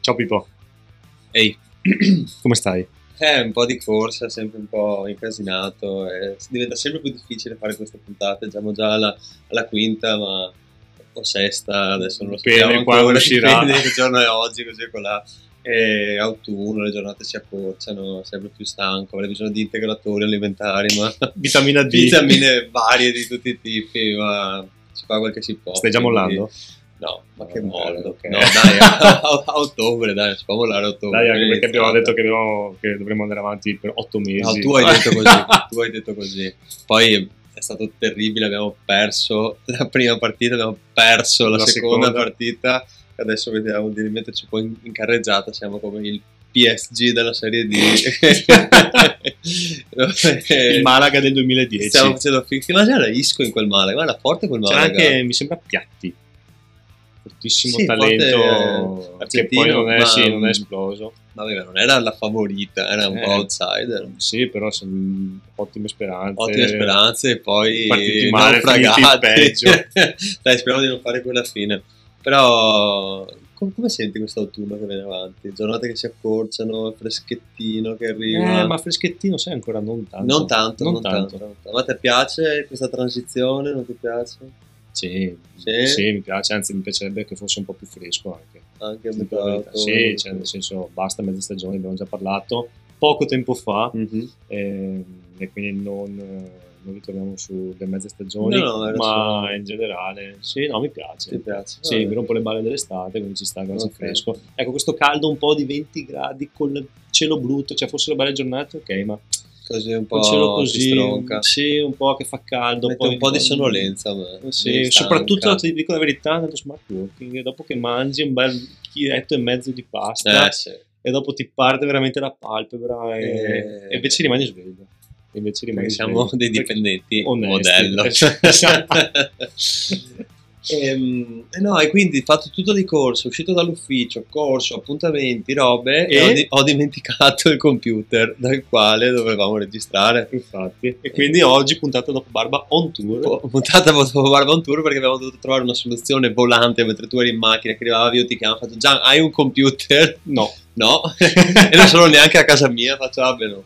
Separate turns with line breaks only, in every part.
Ciao Pippo.
Ehi,
Come stai?
è un po' di corsa, sempre un po' incasinato, e diventa sempre più difficile fare queste puntate, siamo già alla, alla quinta, ma o sesta, adesso non lo
Dipende
sappiamo
quando
ancora,
uscirà.
dipende che giorno è oggi, così e colà. È autunno, le giornate si accorciano, sempre più stanco, avrei bisogno di integratori alimentari, ma
Vitamina D.
vitamine varie di tutti i tipi, ma si fa quel che si può.
Stai già
quindi-
mollando?
No, ma
No,
che
ok,
mollo.
ok.
No, dai, a, a- a ottobre, dai, si può mollare a ottobre. Esatto.
Dai, anche perché abbiamo
Iniziata.
detto che, abbiamo- che dovremmo andare avanti per otto mesi.
No, tu hai detto così, tu hai detto così. Poi è stato terribile, abbiamo perso la prima partita, abbiamo perso la,
La
seconda,
seconda.
partita. Adesso vediamo di rimetterci un po' in, in carreggiata, siamo come il PSG della Serie D. Dove
Il Malaga del 2010.
Eh, Stiamo facendo fi- che ma c'era Isco in quel Malaga, ma era forte quel
C'era
Malaga.
anche, mi sembra, Piatti. Fortissimo
Sì, forte,
talento
eh,
che poi non è,
argentino,
sì,
ma-
non è esploso.
Ma vabbè, non era la favorita, era un
Eh.
po' outsider.
Sì, però sono ottime speranze.
Ottime speranze e poi
Partiti male,
naufragati.
Eh, finiti peggio.
Dai, speriamo di non fare quella fine. Però com- come senti questo autunno che viene avanti? Giornate che si accorciano, il freschettino che arriva.
Eh, ma Freschettino sai ancora non tanto.
Non tanto, non,
Non
tanto.
tanto.
non tanto. Ma ti piace questa transizione? Non ti piace?
Sì,
Sì?
sì, mi piace, anzi mi piacerebbe che fosse un po' più fresco anche.
Anche a metà
Sì,
autunno?
cioè, nel senso, basta mezza stagione, abbiamo già parlato poco tempo fa
Mhm.
ehm, e quindi non, eh, non ritorniamo sulle mezze stagioni,
No, no, era
ma
solo-
in generale sì, no, mi piace.
Ti piace?
Sì,
Vabbè.
mi rompo le balle dell'estate, quindi ci sta che sia
Ok.
fresco. Ecco, questo caldo un po' di 20 gradi con il cielo brutto, cioè fossero belle giornate, ok, ma
Così un po'
col cielo
ti
così,
stronca.
sì, un po' che fa caldo,
Mette
poi
un po' di sonnolenza. a me. Mi
Sì,
stanca.
soprattutto ti dico la verità nello smart working, dopo che mangi un bel chiletto e mezzo di pasta
Eh, sì.
e dopo ti parte veramente la palpebra e,
Eh.
e invece rimani sveglio. E Invece rimani
Perché siamo
sveglio.
dei
Perché-
dipendenti
Onesti.
modello.
Esatto.
Ehm, e no, e quindi ho fatto tutto di corso, uscito dall'ufficio, corso, appuntamenti, robe, e,
E?
ho, di- ho dimenticato il computer dal quale dovevamo registrare.
Infatti.
Eh.
E quindi oggi puntata dopo Barba on tour.
Ho Puntata dopo Barba on Tour perché abbiamo dovuto trovare una soluzione volante mentre tu eri in macchina, che arrivava io ti chiamo, ho fatto Gian, hai un computer?
No.
No, e non sono neanche a casa mia, faccio vabbè no.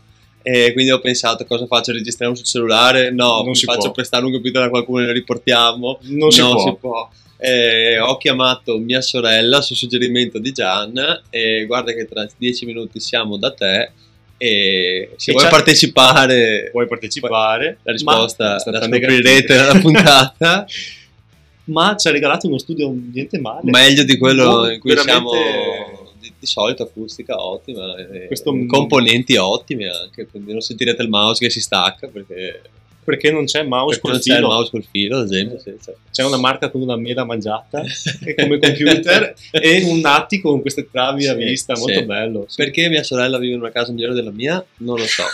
E quindi ho pensato cosa faccio, registriamo sul cellulare? No,
Non
mi
si
faccio
può.
prestare un computer da qualcuno e lo riportiamo.
Non si
no,
può.
si può. E ho chiamato mia sorella su suggerimento di Gian e guarda che tra dieci minuti siamo da te e se
E
vuoi
c'ha-
partecipare
Puoi partecipare.
la risposta
ma-
la
stata negativa.
scoprirete nella puntata.
Ma ci ha regalato uno studio niente male.
meglio di quello
No,
in cui
veramente-
siamo di, di solito acustica ottima e
Questo-
componenti ottimi anche quindi non sentirete il mouse che si stacca perché,
Perché non c'è mouse
perché
col
non c'è il
filo.
mouse col filo ad esempio sì, sì.
C'è una marca con una mela mangiata e come computer e un attico con queste travi a
Sì,
vista,
sì.
molto bello. sì.
perché mia sorella vive in una casa migliore della mia non lo so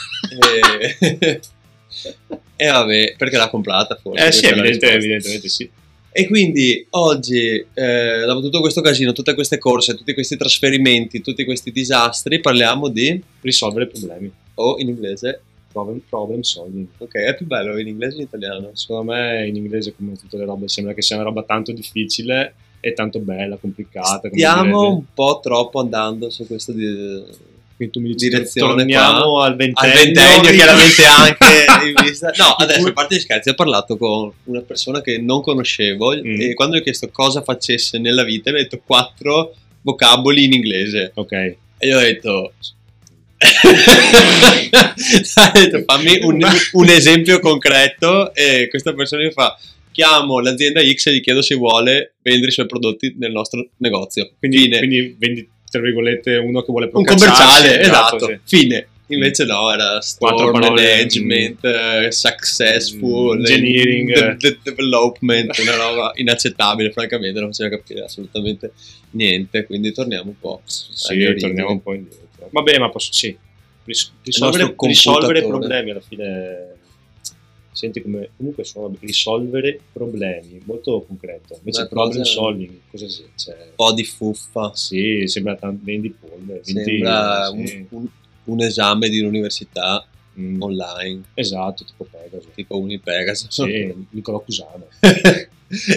e... e vabbè perché l'ha comprata forse
Eh sì,
questa è la
evidente-
risposta.
evidentemente sì.
E quindi oggi, eh, dopo tutto questo casino, tutte queste corse, tutti questi trasferimenti, tutti questi disastri, parliamo di,
Risolvere problemi.
o in inglese,
Problem, problem solving.
Ok, è più bello in inglese o in italiano?
Secondo me in inglese, come tutte le robe, sembra che sia una roba tanto difficile e tanto bella, complicata. come
Stiamo
direbbe.
un po' troppo andando su questo di...
Quindi tu mi dici,
direzione
torniamo al
al
ventennio.
ventennio
di-
chiaramente anche in vista. No,
di
adesso
cui-
a parte gli scherzi, ho parlato con una persona che non conoscevo
Mm.
e quando gli ho chiesto cosa facesse nella vita mi ha detto quattro vocaboli in inglese
Ok.
e io ho detto... ho detto fammi un, un esempio concreto e questa persona mi fa chiamo l'azienda X e gli chiedo se vuole vendere i suoi prodotti nel nostro negozio
Quindi,
Fine.
quindi vendi, tra virgolette, uno che vuole
un
procacciarsi,
commerciale, esatto,
sì. Mm.
fine. Invece no, era store
Quattro parole,
management, eh, successful,
mm, engineering.
de- de- development, una roba inaccettabile, francamente non faceva capire assolutamente niente, quindi torniamo un po'. alle
Sì,
origini.
torniamo un po' indietro. Va bene, ma posso, sì. Ris- risolvere,
nostro
risolvere
computatore.
problemi alla fine. Senti come comunque sono risolvere problemi, molto concreto. Invece
Una
problem
cosa-
solving, cosa c'è? Cioè,
Un po' di fuffa,
sì, sembra tanto ben di polvere. quindi,
sembra
sì.
un, un- un esame di un'università
Mm,
online,
Esatto, tipo Pegasus.
tipo Unipegasus.
Sì, Nicolò Cusano.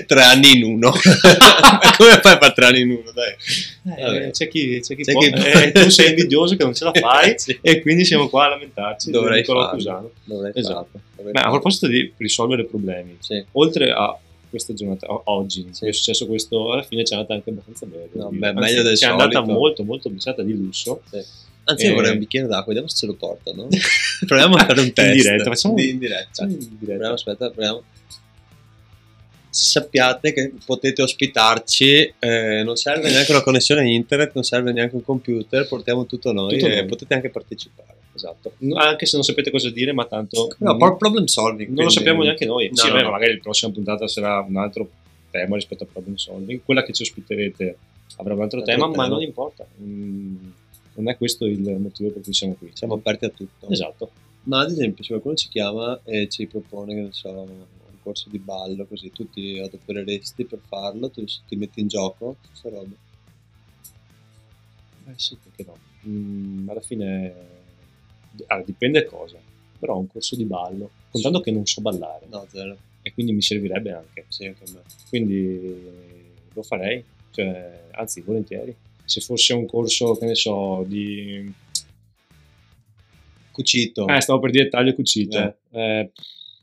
tre anni in uno. Come fai a fare tre anni in uno? Dai.
Eh,
Vabbè.
c'è chi, c'è chi
C'è
può.
chi-
Eh, tu sei invidioso che non ce la fai
Sì.
e quindi siamo qua a lamentarci di
Dovrei
Nicola
farlo.
Cusano.
Dovrei
Esatto.
farlo. Dovrei
Ma a
farlo.
proposito di risolvere problemi,
Sì.
oltre a questa giornata, o- oggi è successo questo, alla fine c'è andata anche abbastanza bene. devo
No,
dire.
beh, meglio del
C'è andata
solito.
molto, molto bruciata di lusso.
Anzi, io
Eh.
vorrei un bicchiere d'acqua, vediamo se ce lo portano. Proviamo a fare un
In
test.
diretta, facciamo-
Di- in diretta.
In diretta.
Proviamo, aspetta, proviamo. Sappiate che potete ospitarci, eh, non serve neanche una connessione internet, non serve neanche un computer, portiamo tutto noi
Tutto
e
noi.
potete anche partecipare.
Esatto. Anche se non sapete cosa dire, ma tanto
No,
mm,
pro- problem
non
solving.
lo
quindi-
sappiamo neanche noi.
No,
sì,
no,
beh,
no.
magari la prossima puntata sarà un altro tema rispetto a problem solving. Quella che ci ospiterete avrà un altro
Altro
tema, ma
tema.
non importa. Mm, non è questo il motivo per cui siamo qui.
Siamo aperti a tutto.
Esatto.
Ma ad esempio, se qualcuno ci chiama e ci propone, che ne so, un corso di ballo, così tu ti adopereresti per farlo, tu ti metti in gioco, questa roba.
Eh sì, perché no? Mm, alla fine ah, dipende cosa, però un corso di ballo, contando che non so ballare
No, zero.
e quindi mi servirebbe anche,
Sì, anche a me.
quindi lo farei, cioè, anzi volentieri. Se fosse un corso, che ne so, di...
Cucito,
Eh, stavo per dire taglio e cucito,
Eh.
Eh,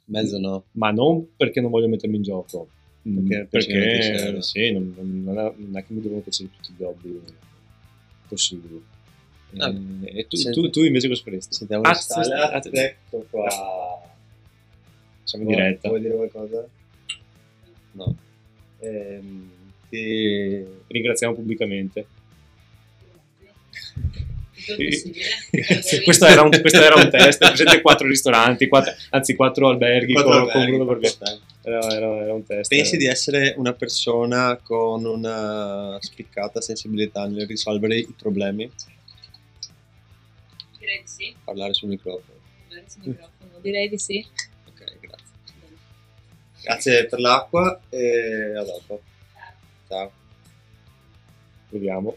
mezzo no.
ma non perché non voglio mettermi in gioco, mm,
Perché-
perché,
perché non ti serve.
sì, non, non- non è, non è che mi devono piacere tutti gli hobby possibili.
Ah,
Eh, e tu,
senti-
tu- tu invece cosa faresti?
Sentiamo
Ah,
che sta-
sì, sì.
ecco qua.
Siamo in diretta.
Vuoi dire qualcosa? No. Ehm, ti...
Ringraziamo pubblicamente.
Tutto il possibile.
Sì, questo, era un, questo era un test. Presente quattro ristoranti, quattro- anzi, quattro alberghi
Quattro
con,
alberghi,
con Bruno Borghetti.
importante.
Era, era- era un test.
Pensi di essere una persona con una spiccata sensibilità nel risolvere i problemi?
Direi di sì.
Parlare sul microfono.
Guarda sul microfono. Direi di sì.
Ok, grazie. Grazie per l'acqua e a dopo. Ciao.
Vediamo.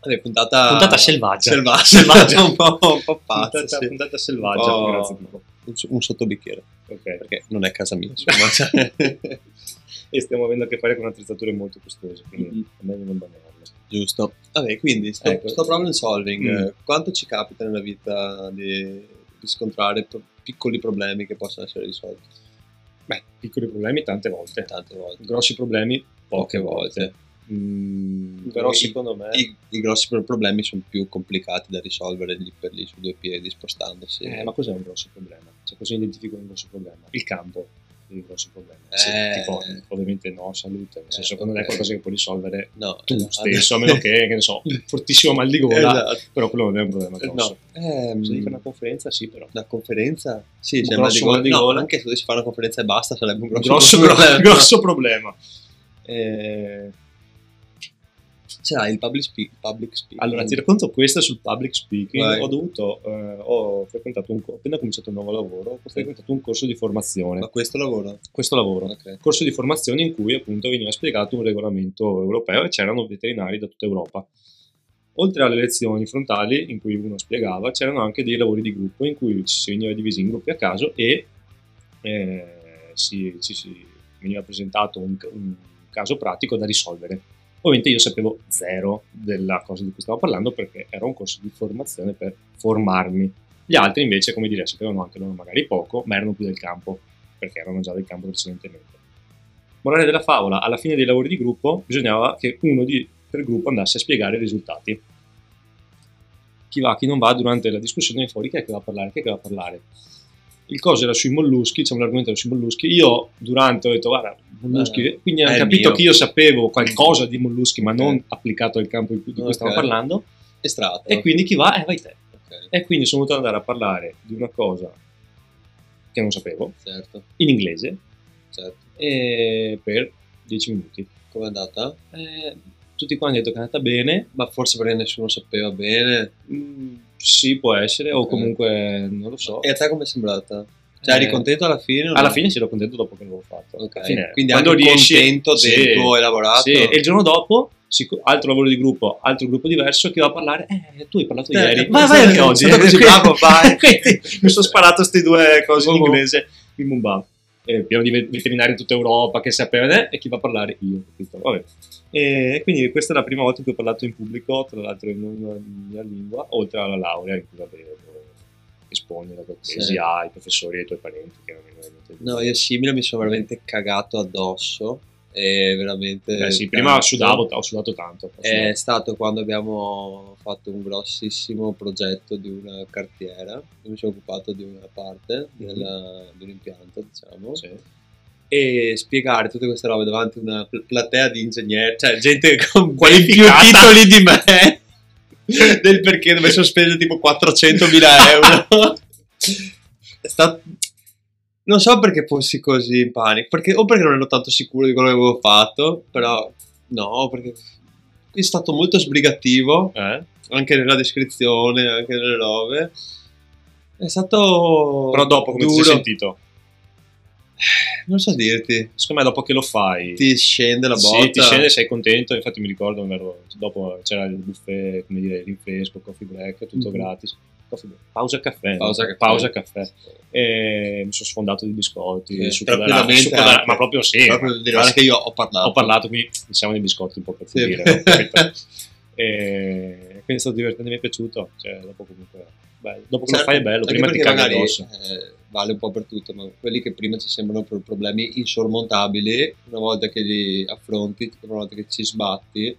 Allora, puntata...
Puntata selvaggia.
Selva-
Selvaggia.
selvaggia, un po', un po' pazza,
puntata,
sì.
puntata selvaggia.
Oh.
grazie Pipo.
Un s- Un sottobicchiere,
Ok.
perché non è casa mia, insomma. cioè.
E stiamo avendo a che fare con attrezzature molto costose, quindi
Mhm.
è meglio non banarle.
Giusto. Vabbè, quindi sto,
Ecco.
sto problem solving,
Mm.
eh, quanto ci capita nella vita di riscontrare pro- piccoli problemi che possono essere risolti Cioè,
Beh, piccoli problemi tante volte,
tante volte?
grossi problemi
Poche volte.
Mm,
No,
però
i-
secondo me
I, i grossi pro- problemi sono più complicati da risolvere lì per lì su due piedi, spostandosi.
Eh, ma cos'è un grosso problema? Cioè, cosa identifico un grosso problema? Il campo è un grosso problema.
Eh.
Sì, tipo, ovviamente no, salute, nel senso che non è
ok.
qualcosa che puoi risolvere
no,
tu
esatto.
stesso, a meno che, che ne so, un fortissimo mal di gola,
Esatto.
però quello non è un problema
No.
grosso.
Ehm,
Se devi fare una conferenza, sì, però.
una conferenza? Sì,
Un
c'è una
grosso
di gola-
mal di
no,
gola.
anche se dovessi fare una conferenza e basta sarebbe un grosso,
Grosso,
problema.
grosso, grosso problema. Eh,
C'era il public, spe- mm, public speaking.
allora, ti racconto questa sul public speaking.
Vai.
Ho dovuto, eh, ho frequentato un, co- appena cominciato un nuovo lavoro, ho frequentato un corso di
Ma
formazione.
questo lavoro?
Questo lavoro.
Ok.
corso di formazione in cui appunto veniva spiegato un regolamento europeo e c'erano veterinari da tutta Europa. Oltre alle lezioni frontali in cui uno spiegava, c'erano anche dei lavori di gruppo in cui ci si veniva divisi in gruppi a caso e eh, si, ci si veniva presentato un, un caso pratico da risolvere. Ovviamente io sapevo zero della cosa di cui stavo parlando perché era un corso di formazione per formarmi. Gli altri invece, come dire, sapevano anche loro magari poco, ma erano più del campo, perché erano già del campo precedentemente. Morale della favola, alla fine dei lavori di gruppo bisognava che uno di, per gruppo andasse a spiegare i risultati. Chi va, chi non va, durante la discussione fuori chi è che va a parlare, chi è che va a parlare. Il coso era sui molluschi, diciamo l'argomento era sui molluschi, io durante ho detto guarda, molluschi,
Eh,
quindi
è
hanno capito
mio.
che io sapevo qualcosa di molluschi ma non
Ok.
applicato al campo di cui di cui stavo
Ok.
parlando
Estratto.
e quindi chi va? Eh vai te.
Ok,
E quindi sono dovuto andare a parlare di una cosa che non sapevo,
certo,
in inglese,
certo.
e per 10 minuti.
Com'è andata?
Eh, tutti quanti hanno detto che è andata bene,
Ma forse perché nessuno sapeva bene.
mm, sì può essere, o
Ok.
comunque non lo so.
E a te com'è sembrata? Cioè, eri
Eh,
contento alla fine? o no?
Alla fine sì, ero contento dopo che l'avevo fatto.
Ok,
Alla fine,
Quindi
quando
anche
riesci-
contento
sì,
del tuo elaborato.
sì, E il giorno dopo, sic- altro lavoro di gruppo, altro gruppo diverso, chi va a parlare? Eh, tu hai parlato
Eh,
ieri.
eh,
Ma vai anche
sono
oggi.
così bravo, vai. Oh.
Quindi mi sono sparato queste due cose in inglese in Mumbai. eh, pieno di ve- veterinari in tutta Europa che sapeva eh, e chi va a parlare io. capito? Vabbè. E quindi questa è la prima volta in cui ho parlato in pubblico, tra l'altro in una mia lingua, oltre alla laurea in cui vabbè, devo rispondere a tesi
Sì.
ai professori e ai tuoi parenti. Che non mi vengono niente di-
No, io simile mi sono veramente cagato addosso. E veramente.
Eh sì, prima
tanto. Eh.
sudavo, ho sudato tanto. ho
È
sudato.
stato quando abbiamo fatto un grossissimo progetto di una cartiera. Io mi sono occupato di una parte della- di un impianto, diciamo.
Sì.
E spiegare tutte queste robe davanti a una pl- platea di ingegneri, cioè gente con più
Qualificata.
titoli di me. del perché dove sono speso tipo 400.000 euro. È stato- Non so perché fossi così in panico, perché, o perché non ero tanto sicuro di quello che avevo fatto, però no, perché è stato molto sbrigativo,
Eh?
anche nella descrizione, anche nelle robe. È stato...
Però dopo come ti
duro.
sei sentito?
Non so dirti,
Secondo me dopo che lo fai...
ti scende la botta.
Sì, ti scende, sei contento. Infatti, mi ricordo, non ero- dopo c'era il buffet, come dire, rinfresco, coffee break, tutto
Mhm.
gratis. Coffee break, Pausa caffè. no?
Pausa caffè.
Pausa caffè. E mi sono sfondato di biscotti,
Sì,
succo d'arancia,
Eh, tranquillamente
succo d'arancia,
anche.
ma proprio sì.
Proprio di guarda che io ho parlato.
Ho parlato, quindi diciamo dei biscotti un po' per
Sì.
dire. no? Capito? E quindi è stato divertente, mi è piaciuto. Cioè, dopo comunque... bello. Dopo che
Certo,
lo fai è bello,
anche
prima ti
perché
caghi
magari,
addosso.
eh, vale un po' per tutto, ma quelli che prima ci sembrano pro- problemi insormontabili, una volta che li affronti, una volta che ci sbatti,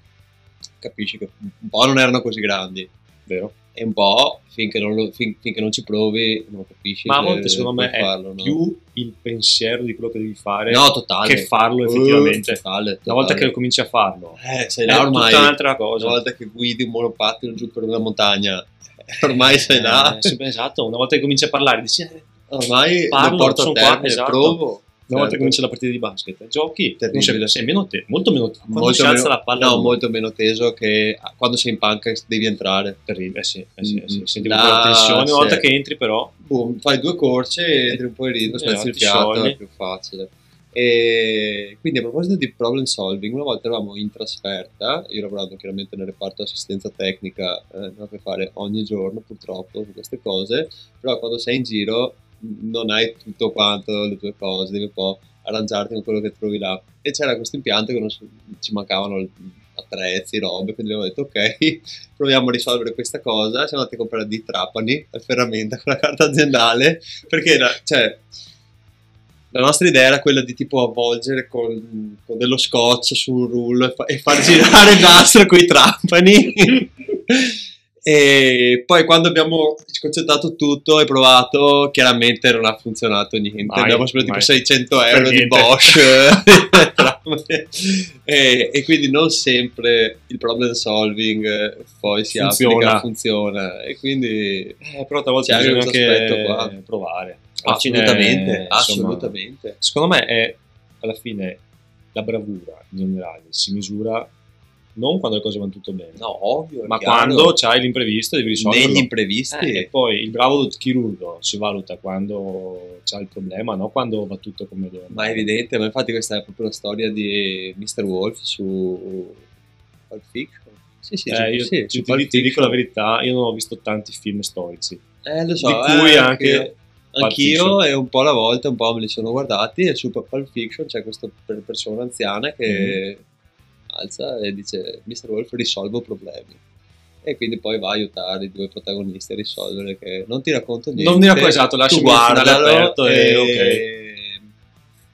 capisci che un po' non erano così grandi.
Vero?
E un po' finché non, lo- fin- finché non ci provi, non capisci.
Ma a
che eh,
volte, secondo me,
puoi
è
farlo, no?
Più il pensiero di quello che devi fare
No, totale.
che farlo
Eh,
effettivamente.
totale, totale.
Una volta che cominci a farlo,
Eh, sei
è
là ormai.
tutta un'altra
Una
cosa.
volta che guidi un monopattino giù per una montagna, ormai sei là.
Eh, sì, esatto, una volta che cominci a parlare, dici, eh, una
Ormai
Parlo,
lo porto a
sono
termine,
qua, esatto.
provo.
volta che
Certo.
comincia la partita di basket, eh, giochi,
Terribile.
non sei- sei meno te- molto meno te- quando
Molto
si alza
meno-
la palla,
no, molto meno teso che quando sei in panca devi entrare.
terribile, eh sì, eh sì, eh sì.
Mm,
senti un
là,
po' la tensione, una
sì.
volta che entri però,
Boom, Boh, fai due corse e entri un po' in ritmo,
Esatto,
spezzi il
ti
fiato,
sciogli.
è più facile. E quindi a proposito di problem solving, una volta eravamo in trasferta, io lavorando chiaramente nel reparto assistenza tecnica, eh, ne ho a che fare ogni giorno purtroppo su queste cose, però quando sei in giro mh, non hai tutto quanto le tue cose, devi un po' arrangiarti con quello che trovi là. E c'era questo impianto che non so- ci mancavano l- attrezzi, robe, quindi abbiamo detto ok, proviamo a risolvere questa cosa. Siamo andati a comprare di Trapani al ferramenta con la carta aziendale perché era, cioè, la nostra idea era quella di tipo avvolgere con, con dello scotch su un rullo e, fa- e far girare il nastro con i Trapani. E poi quando abbiamo sconcettato tutto e provato, chiaramente non ha funzionato niente.
Mai,
abbiamo speso tipo
mai.
600
Per
euro di
niente.
Bosch. Eh, e, e quindi non sempre il problem solving eh, poi si
Funziona.
applica, funziona. E quindi
eh, però a volte
C'è anche
bisogna
questo
anche
aspetto qua.
provare. Alla fine,
assolutamente,
Eh, insomma,
assolutamente.
Secondo me è, alla fine, la bravura in generale si misura non quando le cose vanno tutto bene,
No, ovvio, è
ma
chiaro.
quando c'hai l'imprevisto e devi risolverlo.
negli imprevisti.
Eh, e poi il bravo chirurgo si valuta quando c'ha il problema, non quando va tutto come deve.
Ma è evidente, ma infatti questa è proprio la storia di Mr. Wolf su Pulp Fiction. Sì, sì,
Eh,
su-
io
sì,
ti- ti,
su Pulp
ti dico
Fiction.
la verità, io non ho visto tanti film storici.
Eh, lo so,
di
eh,
cui
anche
anche Pulp
anch'io
Fiction.
e un po' alla volta un po' me li sono guardati e su Pulp Fiction c'è questa per- persona anziana che
Mm-hmm.
alza e dice Mr. Wolf risolvo problemi e quindi poi va a aiutare i due protagonisti a risolvere che non ti racconto niente
Non mi racconto, esatto,
tu
lasciami guardare
guardalo
aperto e,
e...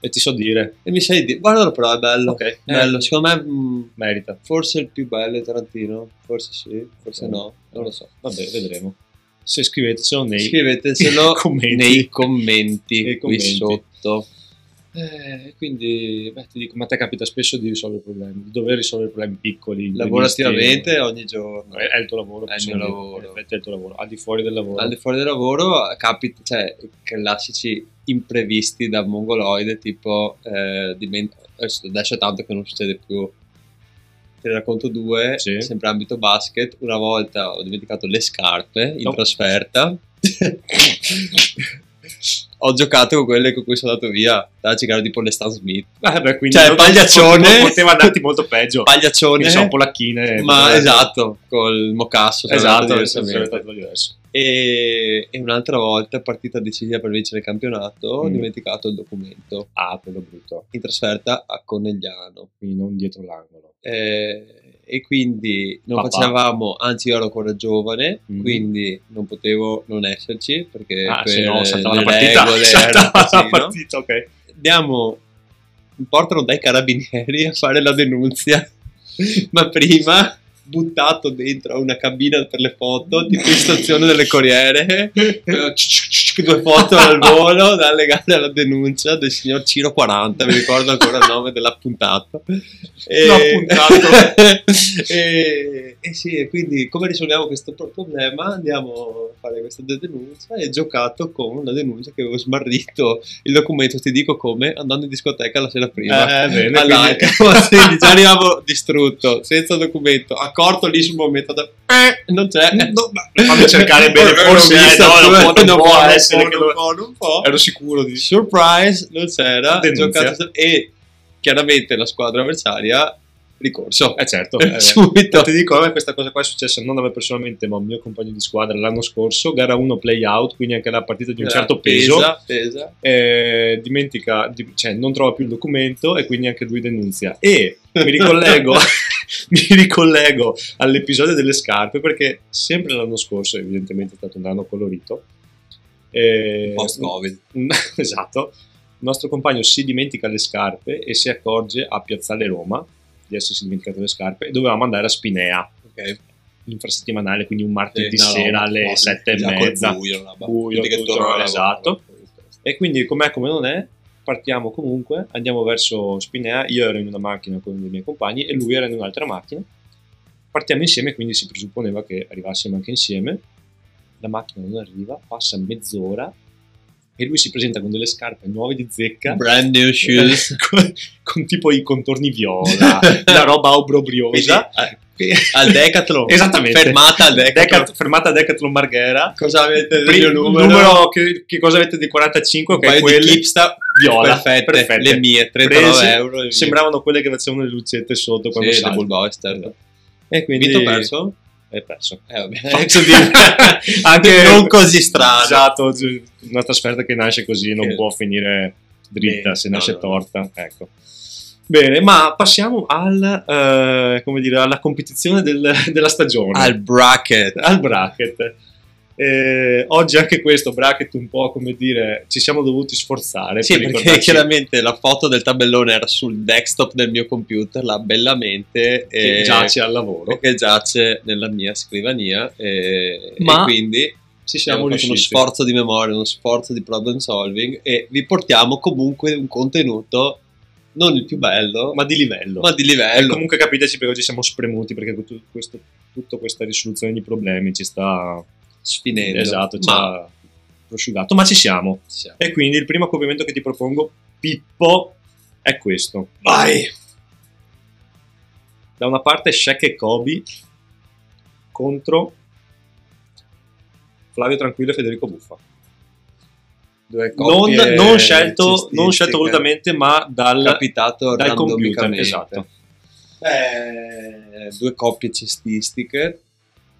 e ti so dire.
e mi sai dire guardalo però è bello
Ok, eh,
bello secondo me mh,
merita.
forse il più bello è Tarantino forse sì forse
Ok.
no non lo so
Vabbè, vedremo. Se scrivetecelo nei
scriveteselo
commenti.
nei commenti
Nei
qui
commenti.
sotto
Eh, quindi, beh, ti dico, ma a te capita spesso di risolvere problemi, di dover risolvere problemi piccoli.
lavorativamente
imprevisti?
ogni giorno
È, è il tuo lavoro.
È il
possiamo
mio
dire.
lavoro.
In effetti è il tuo lavoro. Al di fuori del lavoro.
al di fuori del lavoro capita cioè i classici imprevisti da mongoloide tipo eh, dimen- adesso adesso è tanto che non succede più te ne racconto due
Sì.
sempre ambito basket una volta ho dimenticato le scarpe in
No.
trasferta ho giocato con quelle con cui sono andato via da cercare tipo le Stan Smith
Eh, beh, quindi
Cioè,
non-
pagliaccione.
Poteva andarti molto peggio.
pagliaccione
Quindi Esatto. sono polacchine.
ma
poteva-
esatto col mocasso
Esatto,
sono andato
sarebbe
diversamente.
stato diverso.
E, e un'altra volta, partita decisiva per vincere il campionato, ho
Mm.
dimenticato il documento
Ah, quello brutto.
in trasferta a Cornegliano.
Quindi non dietro l'angolo.
Eh, e quindi non
Papà.
facevamo, anzi io ero ancora giovane,
Mm.
quindi non potevo non esserci perché
ah,
Eh, per
se no saltava la
le
partita.
regole era un
Saltava la
casino.
partita, ok.
Diamo, portano dai carabinieri a fare la denuncia, ma prima buttato dentro a una cabina per le foto, tipo in stazione delle Corriere, Eh, due foto al volo da legare alla denuncia del signor Ciro 40, mi ricordo ancora il nome dell'appuntato.
L'appuntato.
e, e sì, e quindi come risolviamo questo pro- problema? Andiamo a fare questa denuncia e ho giocato con la denuncia che avevo smarrito il documento, ti dico come, andando in discoteca la sera prima.
Eh, bene,
Allora,
quindi-
tipo, sì, già arrivavo distrutto, senza documento, accorto lì sul momento, da- eh, non c'è.
No, ma fammi cercare bene,
Eh,
forse,
non
eh,
so,
no, non può- non può
non
essere
può,
che
non
lo-
può, non può.
Ero sicuro di...
Surprise, non c'era.
Denunzia.
giocato- e chiaramente la squadra avversaria ricorso.
Eh certo, eh, beh.
Subito.
Ti dico, a me questa cosa qua è successa non a me personalmente, ma a un mio compagno di squadra l'anno scorso, gara 1 play out, quindi anche la partita di un certo peso.
Eh, Pesa, pesa.
eh, dimentica, di- cioè non trova più il documento e quindi anche lui denunzia. E mi ricollego, mi ricollego all'episodio delle scarpe perché sempre l'anno scorso, evidentemente è stato un anno colorito. eh,
Post-Covid.
un- esatto. Il nostro compagno si dimentica le scarpe e si accorge a Piazzale Roma di essersi dimenticato le scarpe e dovevamo andare a Spinea
Ok.
infrasettimanale, quindi un
Sì,
martedì
no,
sera
no,
alle
no,
sette e
già col
mezza.
buio, una ba-
Buio,
tutti che
tutto,
tornano Eh, alla
esatto.
lavoro.
E quindi com'è come non è, partiamo comunque, andiamo verso Spinea, io ero in una macchina con i miei compagni e lui era in un'altra macchina. Partiamo insieme, quindi si presupponeva che arrivassimo anche insieme. La macchina non arriva, passa mezz'ora e lui si presenta con delle scarpe nuove di zecca. eh,
Brand new shoes.
con, con tipo i contorni viola, la roba
Quindi,
obrobriosa.
a- al Decathlon.
Esattamente.
Fermata al Decathlon.
Decat- fermata Decathlon Marghera.
Cosa avete del
Primo
mio
numero,
numero?
che, che cosa avete di 45?
Un
Che è
paio
quelle
di Kipsta
viola.
perfette,
perfette.
le mie 39
Prese,
euro. le mie.
Sembravano quelle che facevano le lucette sotto quando
sì, le
salgono.
Bullbuster.
E quindi
Vinto o perso?
Hai perso.
Eh, vabbè.
Faccio dire. Anche
non così strano.
Esatto, gi- una trasferta che nasce così non
Che-
può finire dritta,
Bene,
se
no,
nasce
no, no.
torta. Ecco. Bene, ma passiamo al, eh, come dire, alla competizione del- della stagione.
Al bracket.
al bracket. Eh, oggi anche questo bracket un po' come dire ci siamo dovuti sforzare
Sì,
per
perché
ricordarci-
chiaramente la foto del tabellone era sul desktop del mio computer, là bellamente.
che
e-
giace al lavoro
Che giace nella mia scrivania. E,
Ma
e quindi
ci
abbiamo
siamo
fatto uno
riusciti
sforzo di memoria, uno sforzo di problem solving e vi portiamo comunque un contenuto non il più bello,
ma
ma,
di livello
ma di livello.
comunque capiteci perché oggi siamo spremuti perché tu- questo- tutta questa risoluzione di problemi ci sta
sfinendo.
esatto ci
ma
ha prosciugato ma ci siamo
ci siamo.
e quindi il primo accoppiamento che ti propongo Pippo è questo
Vai!
da una parte Shaq e Kobe contro Flavio Tranquillo e Federico Buffa.
Due
Non,
coppie
non scelto, non
cestistiche.
scelto volutamente, ma dal,
capitato
dal computer.
randomicamente.
Esatto.
Eh, due coppie cestistiche,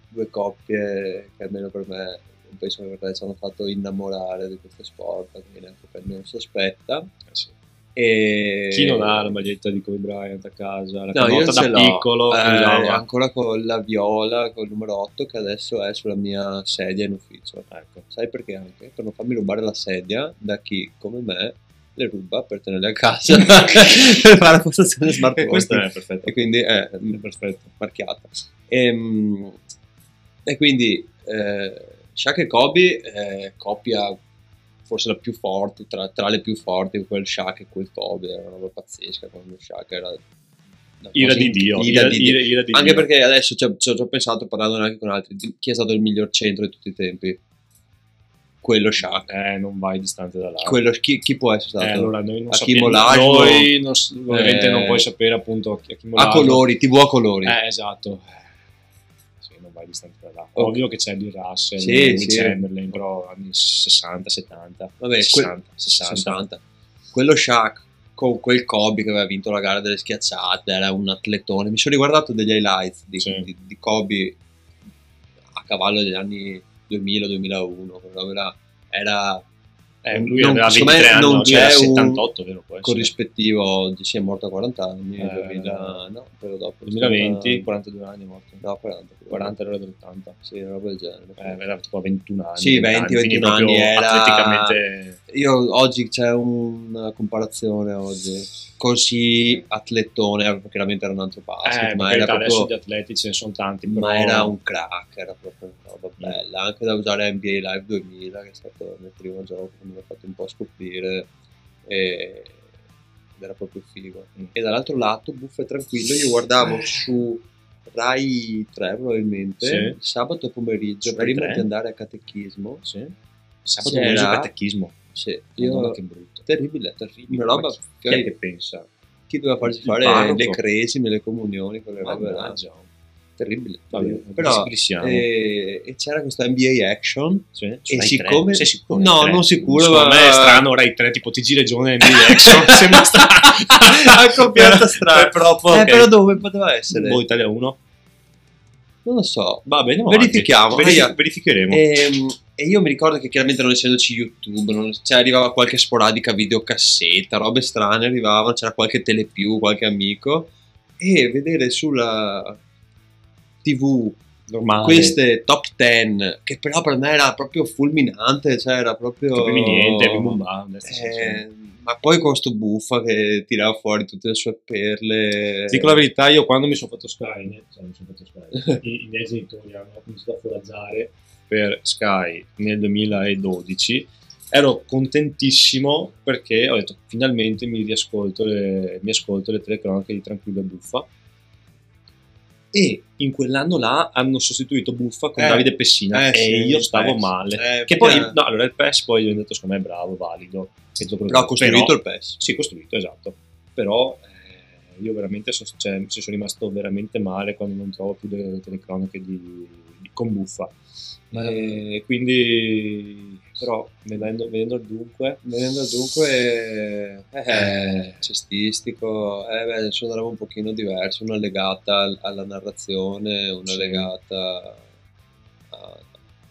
due coppie che almeno per me, non penso che per te, ci hanno fatto innamorare di questo sport, quindi neanche per me non sospetta. E...
Eh, Chi non ha la maglietta di Kobe Bryant a casa, la
Eh. No, io
canotta
ce
da
l'ho.
piccolo,
Eh,
che usava?
ancora con la viola, col numero 8 che adesso è sulla mia sedia in ufficio.
Ecco.
Sai perché anche? Per non farmi rubare la sedia da chi come me le ruba per tenerle a casa per fare la postazione smart
E questo
working.
è perfetto.
E quindi eh, è
È perfetto.
marchiata. Ehm, E, quindi eh, Shaq e Kobe, eh, coppia forse la più forte, tra, tra le più forti, quel Shaq e quel Kobe, era una roba pazzesca quando Shaq era... una
Ira
cosa
di Dio.
ira
Ira,
di Dio.
ira- ira di
Anche
Dio.
perché adesso ci ho- ci ho già pensato parlando anche con altri, di chi è stato il miglior centro di tutti i tempi? Quello Shaq.
Eh, non vai distante da là.
Quello- esatto. chi, chi può essere stato?
Eh, allora, noi non
Achim
sappiamo-
Olajuwon.
noi non s- ovviamente
Eh,
non puoi sapere appunto a chi
a colori, TV a colori.
Eh, esatto. Sì, non vai distante da là.
Ok.
Ovvio che c'è di Russell,
Sì,
Will
sì.
Chamberlain, però anni 60, 70,
Vabbè,
60, 60.
60. Quello Shaq con quel Kobe che aveva vinto la gara delle schiacciate, era un atletone. Mi sono riguardato degli highlights di,
Sì.
di- di Kobe a cavallo degli anni 2000-2001, quella roba là. era
Eh, lui
Non-
aveva
secondo me
23 anni,
non
no, c'era
c'è un
78, vero? Può essere.
corrispettivo oggi, sì, è morto a 40 anni,
Eh,
2000, no, quello dopo.
2020,
40,
42 anni è morto.
no, 40,
40 era dell'80.
sì, una roba del genere.
Eh, era tipo a 21 anni.
Sì, 20,
quindi
21 anni
proprio
era-
Atleticamente...
Io oggi c'è una comparazione oggi. Così atlettone, chiaramente era un altro basket,
Eh,
Ah, ma
per
era
carità, adesso
proprio
gli atleti ce ne sono tanti, però...
ma era un crack, era proprio una roba bella, anche da usare a NBA Live 2000, che è stato il mio primo gioco che mi ha fatto un po' scoprire, e- ed era proprio figo.
Mm.
E dall'altro lato, buffo e tranquillo, io guardavo
Eh.
su Rai 3 probabilmente,
Sì.
il sabato pomeriggio,
Su Rai
prima
3?
di andare a catechismo,
Sì. Sabato
C'era-
pomeriggio catechismo.
sì, io...
Io... Madonna, che brutto.
Terribile, terribile, una
Ma
roba
Chi è che pensa? Eh,
chi doveva farsi
Il
fare
parroco.
le cresime, le comunioni, quelle robe là.
Mannaggia.
terribile.
Vabbè,
Però,
glissiamo.
eh, e c'era questo NBA Action
Cioè, su
e
Rai
siccome-
3? Sei sicuro?
No,
Rai 3?
non sicuro,
Secondo
ma-
me è strano Rai 3, tipo TG Regione NBA Action. eh, sembra strano.
a coppiata strana.
È proprio,
Eh,
ok.
però dove poteva essere?
Boh, Italia 1.
Non lo so.
Va bene,
Verifichiamo. Ahia.
verificheremo.
Ehm, E, io mi ricordo che chiaramente non essendoci YouTube, non- cioè arrivava qualche sporadica videocassetta, robe strane arrivavano, c'era qualche telepiù, qualche amico. E vedere sulla TV
Normale.
queste top 10, che però per me era proprio fulminante, cioè era proprio...
Non capivi niente, bim, bum, bam,
Eh,
destra, sinistra.
ma poi con sto buffa che tirava fuori tutte le sue perle.
Dico la verità, io quando mi sono fatto Sky, cioè mi sono fatto Sky, i, i miei genitori hanno cominciato a foraggiare per Sky nel 2012, ero contentissimo perché ho detto finalmente mi riascolto le, mi ascolto le telecronache di Tranquilla Buffa e in quell'anno là hanno sostituito Buffa con
Eh,
Davide Pessina
Eh,
e
sì,
io stavo
eh,
male.
eh,
Che poi,
eh,
no, allora il PES poi è diventato secondo me bravo, valido. e tutto quello
però ha
che-
costruito
però-
il PES.
sì, costruito, esatto. Però eh, io veramente so- cioè, ci sono rimasto veramente male quando non trovo più le telecronache di, di con Buffa. E quindi, però, vedendo, vedendo il dunque,
Venendo dunque, eh,
Eh.
cestistico, eh, beh, adesso andremo un pochino diverso, una legata al- alla narrazione, una
Sì.
legata a,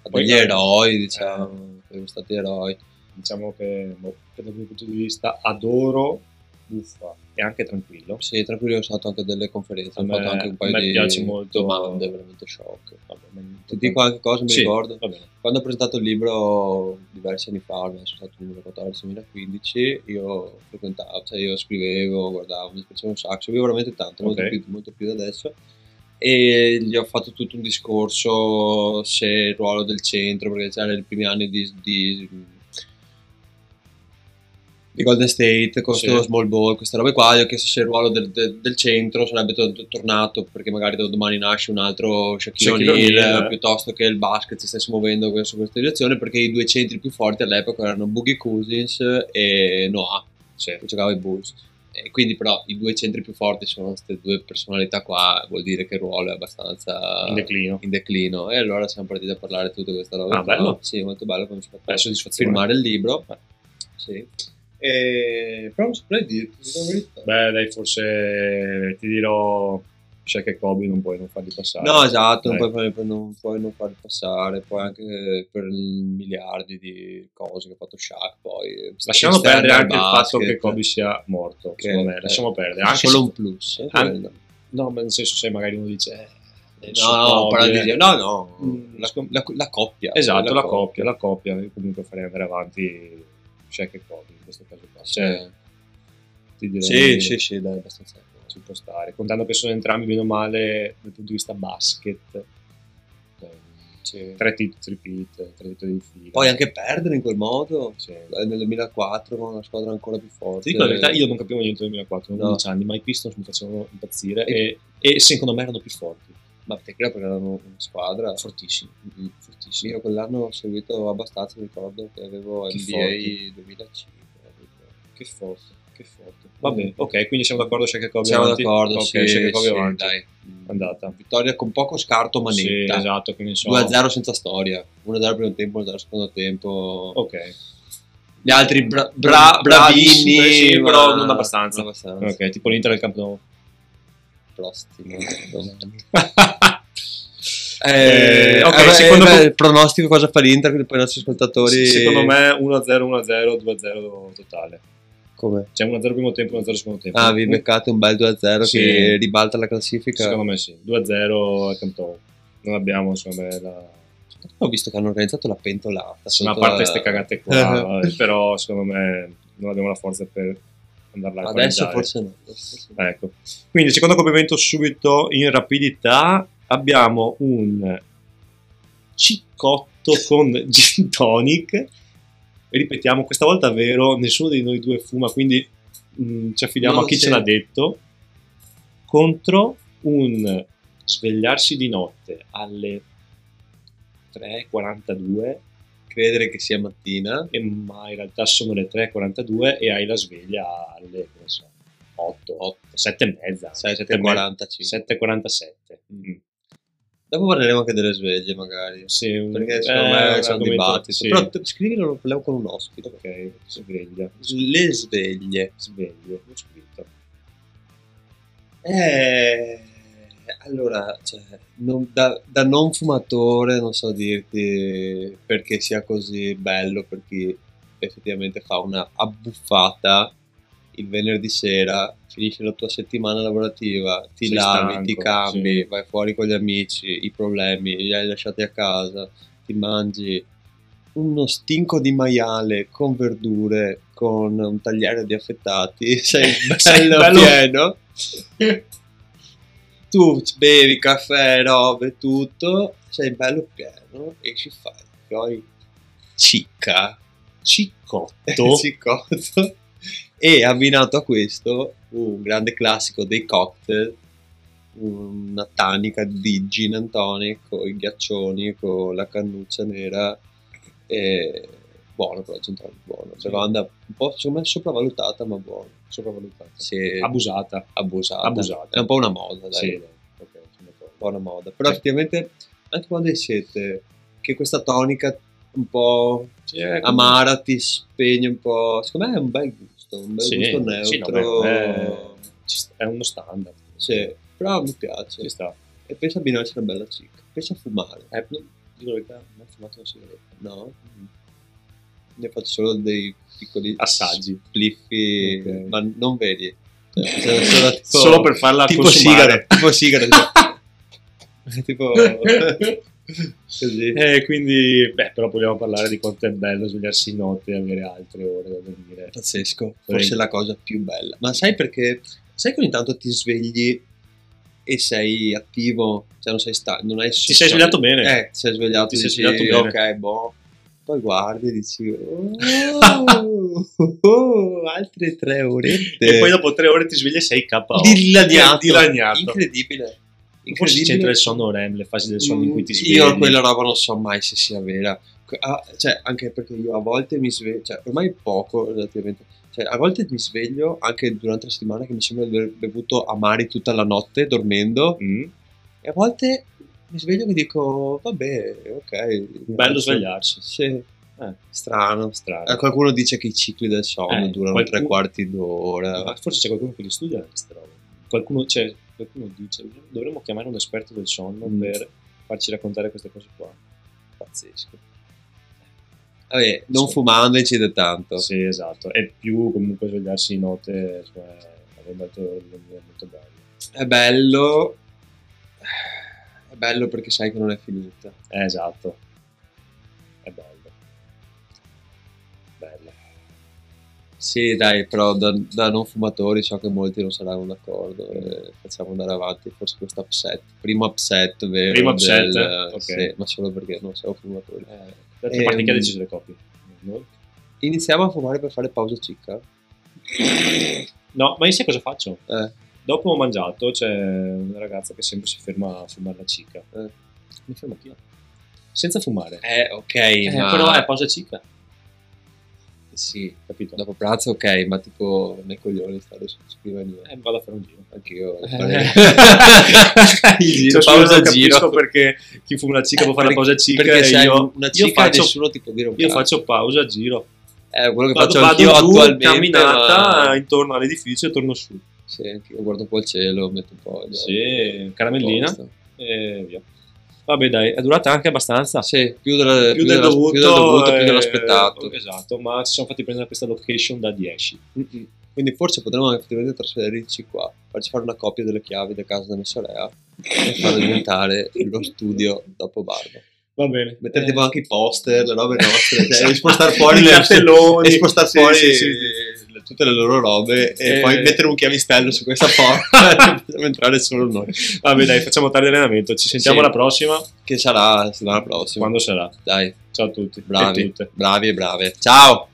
a
Poi
degli
no. Eh.
eroi, diciamo, che sono stati eroi.
diciamo che boh, per il mio punto di vista adoro Buffa e anche tranquillo.
Sì, tranquillo, ho fatto anche delle conferenze,
A
ho
me-
fatto anche un paio
a me
di
piace molto-
domande, veramente shock.
Vabbè, ma-
Ti dico anche cosa mi
Sì,
ricordo.
Va bene.
Quando ho presentato il libro diversi anni fa, ormai sono stato nel 2014-2015, io frequentavo, cioè io scrivevo, guardavo, mi piaceva un sacco, scrivevo veramente tanto, molto,
Ok.
più, molto più di adesso, e gli ho fatto tutto un discorso se il ruolo del centro, perché c'era nei primi anni di, di, di Golden State, con
Sì.
sto small ball, queste robe qua, gli ho chiesto se il ruolo del, del- del centro sarebbe to- tornato, perché magari da domani nasce un altro Shaquille
Shaquille
O'Neal,
O'Neal, eh.
piuttosto che il basket si stesse muovendo verso questa direzione, perché i due centri più forti all'epoca erano Boogie Cousins e Noah,
Sì.
che giocava ai Bulls. E quindi però i due centri più forti sono queste due personalità qua, vuol dire che il ruolo è abbastanza
In declino.
in declino. E allora siamo partiti a parlare di tutte queste robe.
Ah,
qua.
bello.
Sì, molto bello come ci fa
Beh, soddisfazione.
firmare il libro.
Eh.
Sì. E... Però non saprei dirti la verità.
Beh, dai, forse ti dirò Shaq e Kobe non puoi non farli passare.
No, esatto, non
Dai.
puoi, fare- non puoi non far passare, poi anche per il miliardi di cose che ha fatto Shaq, poi...
Lasciamo
Esterni
perdere
al
anche il fatto
basket.
che Kobe sia morto,
Che-
secondo me,
eh,
lasciamo perdere.
è
Anche
solo
se-
un plus. eh,
anche-
quello.
No, ma nel senso se magari uno dice... eh, adesso
no, no,
Kobe-
parla di- no, no,
Mm.
la, la- la coppia.
Esatto, la coppia, la coppia. Io comunque farei andare avanti Shaq e Kobe in questo caso qua.
Eh,
Cioè, ti direi-
Sì, sì, sì, dai, abbastanza.
Ci può stare. Contando che sono entrambi meno male dal punto di vista basket. Eh, Tre tit, tre pit, tre titoli di fila.
Poi anche perdere in quel modo,
Sì.
eh, nel 2004 con una squadra ancora più forte.
Ti dico la verità, io non capivo niente nel 2004, avevo
No.
11 anni, ma i Pistons mi facevano impazzire e, e secondo me erano più forti,
Ma te credo perché erano una squadra
fortissimi.
Mm, fortissima. Io quell'anno ho seguito abbastanza, mi ricordo che avevo
Che
NBA
forti.
2005.
Che forte, che forte. Vabbè, ok, quindi siamo d'accordo, c'è che Kobe
Siamo
avanti?
d'accordo,
Ok,
sì,
Shaq e Kobe
sì,
avanti.
dai.
Andata.
Vittoria con poco scarto manetta.
Sì, esatto, quindi insomma...
2-0 senza storia. 1-0 primo tempo, 1-0 secondo tempo.
Ok,
Gli altri bra- bra-
Bravissimi,
bravini,
sì,
ma-
però non abbastanza.
Non abbastanza.
ok, tipo l'Inter del Camp Nou.
Prossimo. domani. Eh,
Eh, ok,
eh, beh,
secondo
eh, beh,
tu-
il pronostico cosa fa l'Inter, quindi poi i nostri ascoltatori...
Secondo me 1-0, 1-0, 2-0 totale.
Come?
Cioè 1-0 primo tempo, 1-0 secondo tempo.
Ah, vi
Un-
beccate un bel 2-0
Sì.
che ribalta la classifica.
Secondo me sì. 2-0 a Cantone. Non abbiamo, secondo me, la...
Ho visto che hanno organizzato la pentolata.
Sì, ma a
sotto
parte
la-
queste cagate qua, vabbè, però secondo me non abbiamo la forza per andarla a
Adesso
pareggiare.
forse no.
Ecco. Quindi, secondo complimento subito in rapidità, abbiamo un ciccotto con gin tonic. Ripetiamo, questa volta è vero, nessuno di noi due fuma, quindi mh, ci affidiamo
No,
a chi
sì.
ce l'ha detto. Contro un svegliarsi di notte alle 3.42
Credere che sia mattina.
e ma in realtà sono le 3.42 e hai la sveglia alle 8, 7 e mezza,
7.45.
7.47. Mm.
Dopo parleremo anche delle sveglie, magari.
Sì, un-
Perché
eh,
secondo
un
me c'è un
argomento-
dibattito.
sì.
Però t- scrivilo, lo parliamo con un ospite.
Ok, sveglia,
Le sveglie.
sveglia, ho scritto.
Eh, allora, cioè, non- da, da non fumatore non so dirti perché sia così bello per chi effettivamente fa una abbuffata il venerdì sera, finisce la tua settimana lavorativa, ti
Sei
lavi,
stanco,
ti cambi,
sì.
vai fuori con gli amici, i problemi li hai lasciati a casa, ti mangi uno stinco di maiale con verdure, con un tagliere di affettati, sei
Sei
bello
bello-
pieno tu bevi caffè, robe, tutto, sei bello pieno e ci fai poi cicca,
Ciccotto.
ciccotto. E abbinato a questo un grande classico dei cocktail, una tanica di gin and tonic con i ghiaccioni, con la cannuccia nera, e buono però, gin tonic buono,
Sì.
bevanda un po' secondo me sopravvalutata ma buono,
Sopravvalutata.
Sì.
Abusata.
abusata.
Abusata.
è un po' una moda dai
Sì, ok, sono d'accordo.
buona moda. Però
Sì.
effettivamente anche quando hai sete, che questa tonica un po'
Sì, è come-
amara ti spegne un po'. Secondo me è un bel gusto, un bel
Sì,
gusto
sì, no,
neutro.
beh, è- ci sta- è uno standard.
Sì, però mi
Ci
piace.
sta.
E pensa a abbinarci una bella cicca. Pensa a fumare.
Eh, no, dico la verità, non ho fumato una sigaretta.
No? Ne faccio solo dei piccoli
Assaggi.
spliffi,
Ok.
ma non vedi. Cioè, faccio solo, tipo-
Solo per farla
tipo sigaro,
consumare.
tipo sigaro. tipo- tipo così.
Eh, quindi, beh, però vogliamo parlare di quanto è bello svegliarsi in notte e avere altre ore da dormire.
Pazzesco,
Sì.
forse è la cosa più bella. Ma sai perché? Sai che ogni tanto ti svegli e sei attivo, cioè non sei stanco, non hai
Ti sei svegliato bene.
Eh, ti sei svegliato,
Ti sei
dici,
svegliato
ok, boh. Poi guardi e dici, oh, oh, altre tre orette.
E poi dopo tre ore ti svegli e sei KO.
dilaniato,
Dilaniato.
incredibile.
Forse
incredibile.
c'entra il sonno REM, le fasi del sonno in cui ti
Mm,
svegli.
Io quella roba non so mai se sia vera. Que- ah, cioè, anche perché io a volte mi sveglio, cioè, ormai poco relativamente. Cioè, a volte mi sveglio anche durante la settimana che mi sembra di aver bevuto amari tutta la notte dormendo.
Mm.
E a volte mi sveglio e dico, vabbè, ok.
Bello svegliarsi.
Sì. Eh, strano.
Strano.
Eh, qualcuno dice che i cicli del sonno
Eh, Ah,
durano
qualcuno-
tre quarti d'ora.
Ma forse c'è qualcuno che li studia queste robe. Qualcuno, c'è- qualcuno dice, dovremmo chiamare un esperto del sonno
Mm.
per farci raccontare queste cose qua. Pazzesco.
Vabbè, non
Sì.
fumando incide tanto.
Sì, esatto. E più comunque svegliarsi di notte, cioè, avendo altre ore di dormire è molto bello.
È bello. È bello perché sai che non è finita.
Eh, esatto. È bello. Bello.
Sì, dai, però da, da non fumatori so che molti non saranno d'accordo. eh, facciamo andare avanti forse questo upset. Primo upset, vero?
Primo upset,
del- eh,
ok.
sì, ma solo perché non siamo fumatori.
Eh, d'altra parte
Ehm,
chi ha deciso le coppie? Noi?
Iniziamo a fumare per fare pausa cicca.
No, ma io sai cosa faccio?
Eh,
Dopo ho mangiato c'è una ragazza che sempre si ferma a fumare la cicca.
Eh.
Mi fermo anch'io. Senza fumare.
Eh, ok,
Eh,
ma...
Però è pausa cicca,
Sì,
capito?
dopo pranzo ok, ma tipo nei coglioni stare su scrivania.
Eh, vado a fare un giro.
Anch'io.
Eh.
Il giro,
Cioè, scusa,
pausa
non
giro.
capisco perché chi fuma la cicca può fare la pausa cicca
Eh, Perché
e
sai,
io,
una
io
cicca
faccio,
nessuno ti può dire un
io
cazzo.
faccio pausa, giro.
È Eh, quello che
Vado,
faccio
vado
anch'io
giù,
attualmente.
camminata
ma-
intorno all'edificio e torno su.
Sì, anch'io guardo un po' il cielo, metto un po'. gli
Sì,
occhi,
caramellina
posto.
e via. Vabbè dai, è durata anche abbastanza.
Sì, Eh, più, della-
Più del
della-
dovuto,
più del dovuto, più
eh,
dell'aspettato.
Esatto, ma ci siamo fatti prendere questa location da 10.
Mm-mm. Mm, Quindi forse potremmo anche effettivamente trasferirci qua, farci fare una copia delle chiavi da casa della Sorea e farlo diventare lo studio dopo Barba.
Va bene.
Mettere
Eh,
tipo anche i poster, le robe nostre, cioè,
Esatto.
e spostare fuori
I
le-
cartelloni.
e spostare
Sì,
fuori
sì, sì,
eh, tutte le loro robe e
Eh.
poi mettere un chiavistello su questa porta e possiamo entrare solo noi.
Vabbè dai, facciamo tardi allenamento. Ci sentiamo
Sì.
alla prossima,
Che sarà la settimana prossima.
quando sarà.
Dai,
Ciao a tutti. e
bravi,
tutte.
bravi e brave. Ciao!